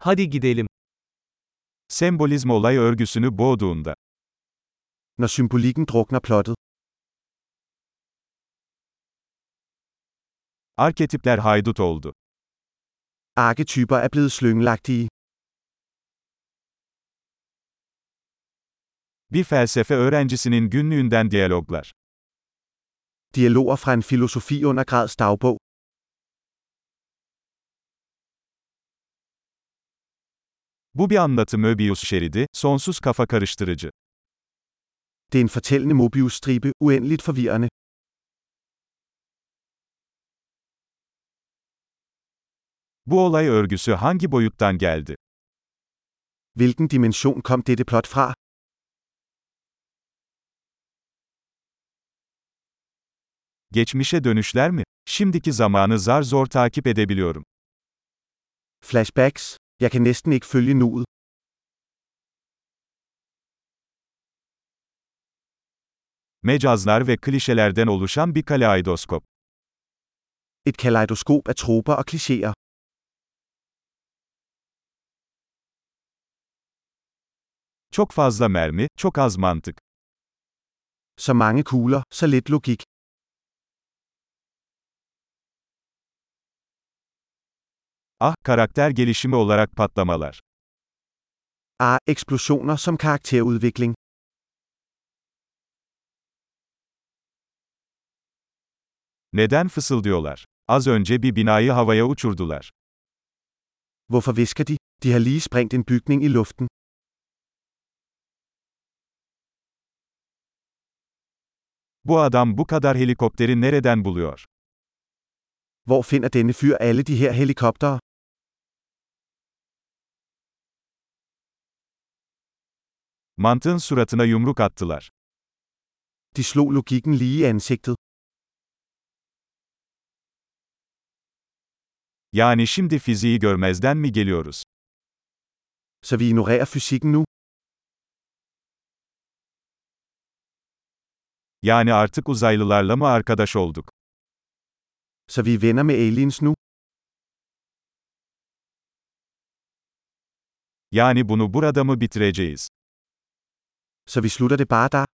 Hadi gidelim. Sembolizm olay örgüsünü boğduğunda, Når symbolikken drukner plottet, arketipler haydut oldu. arketyper er blevet slyngelagtige, Bir felsefe öğrencisinin günlüğünden diyaloglar. dialoger fra en filosofiundergrads dagbog, Bu bir anlatı Möbius şeridi, sonsuz kafa karıştırıcı. det er en fortællende Mobius-stribe, uendeligt forvirrende, Bu olay örgüsü hangi boyuttan geldi? hvilken dimension kom dette plot fra, Geçmişe dönüşler mi? Şimdiki zamanı zar zor takip edebiliyorum. flashbacks, jeg kan næsten ikke følge nuet, Mecazlar ve klişelerden oluşan bir kaleidoskop. et kaleidoskop af troper og klichéer, Çok fazla mermi, çok az mantık. så mange kugler, så lidt logik, Ah, karakter gelişimi olarak patlamalar. ah, eksplosioner som karakterudvikling, Neden fısıldıyorlar? Az önce bir binayı havaya uçurdular. hvorfor visker de, de har lige sprængt en bygning i luften, Bu adam bu kadar helikopteri nereden buluyor? hvor finder denne fyr alle de her helikoptere, Mantığın suratına yumruk attılar. de slog logikken lige i ansigtet, Yani şimdi fiziği görmezden mi geliyoruz? så vi ignorerer fysikken nu, Yani artık uzaylılarla mı arkadaş olduk? så vi er venner med aliens nu, Yani bunu burada mı bitireceğiz? så vi slutter det bare der.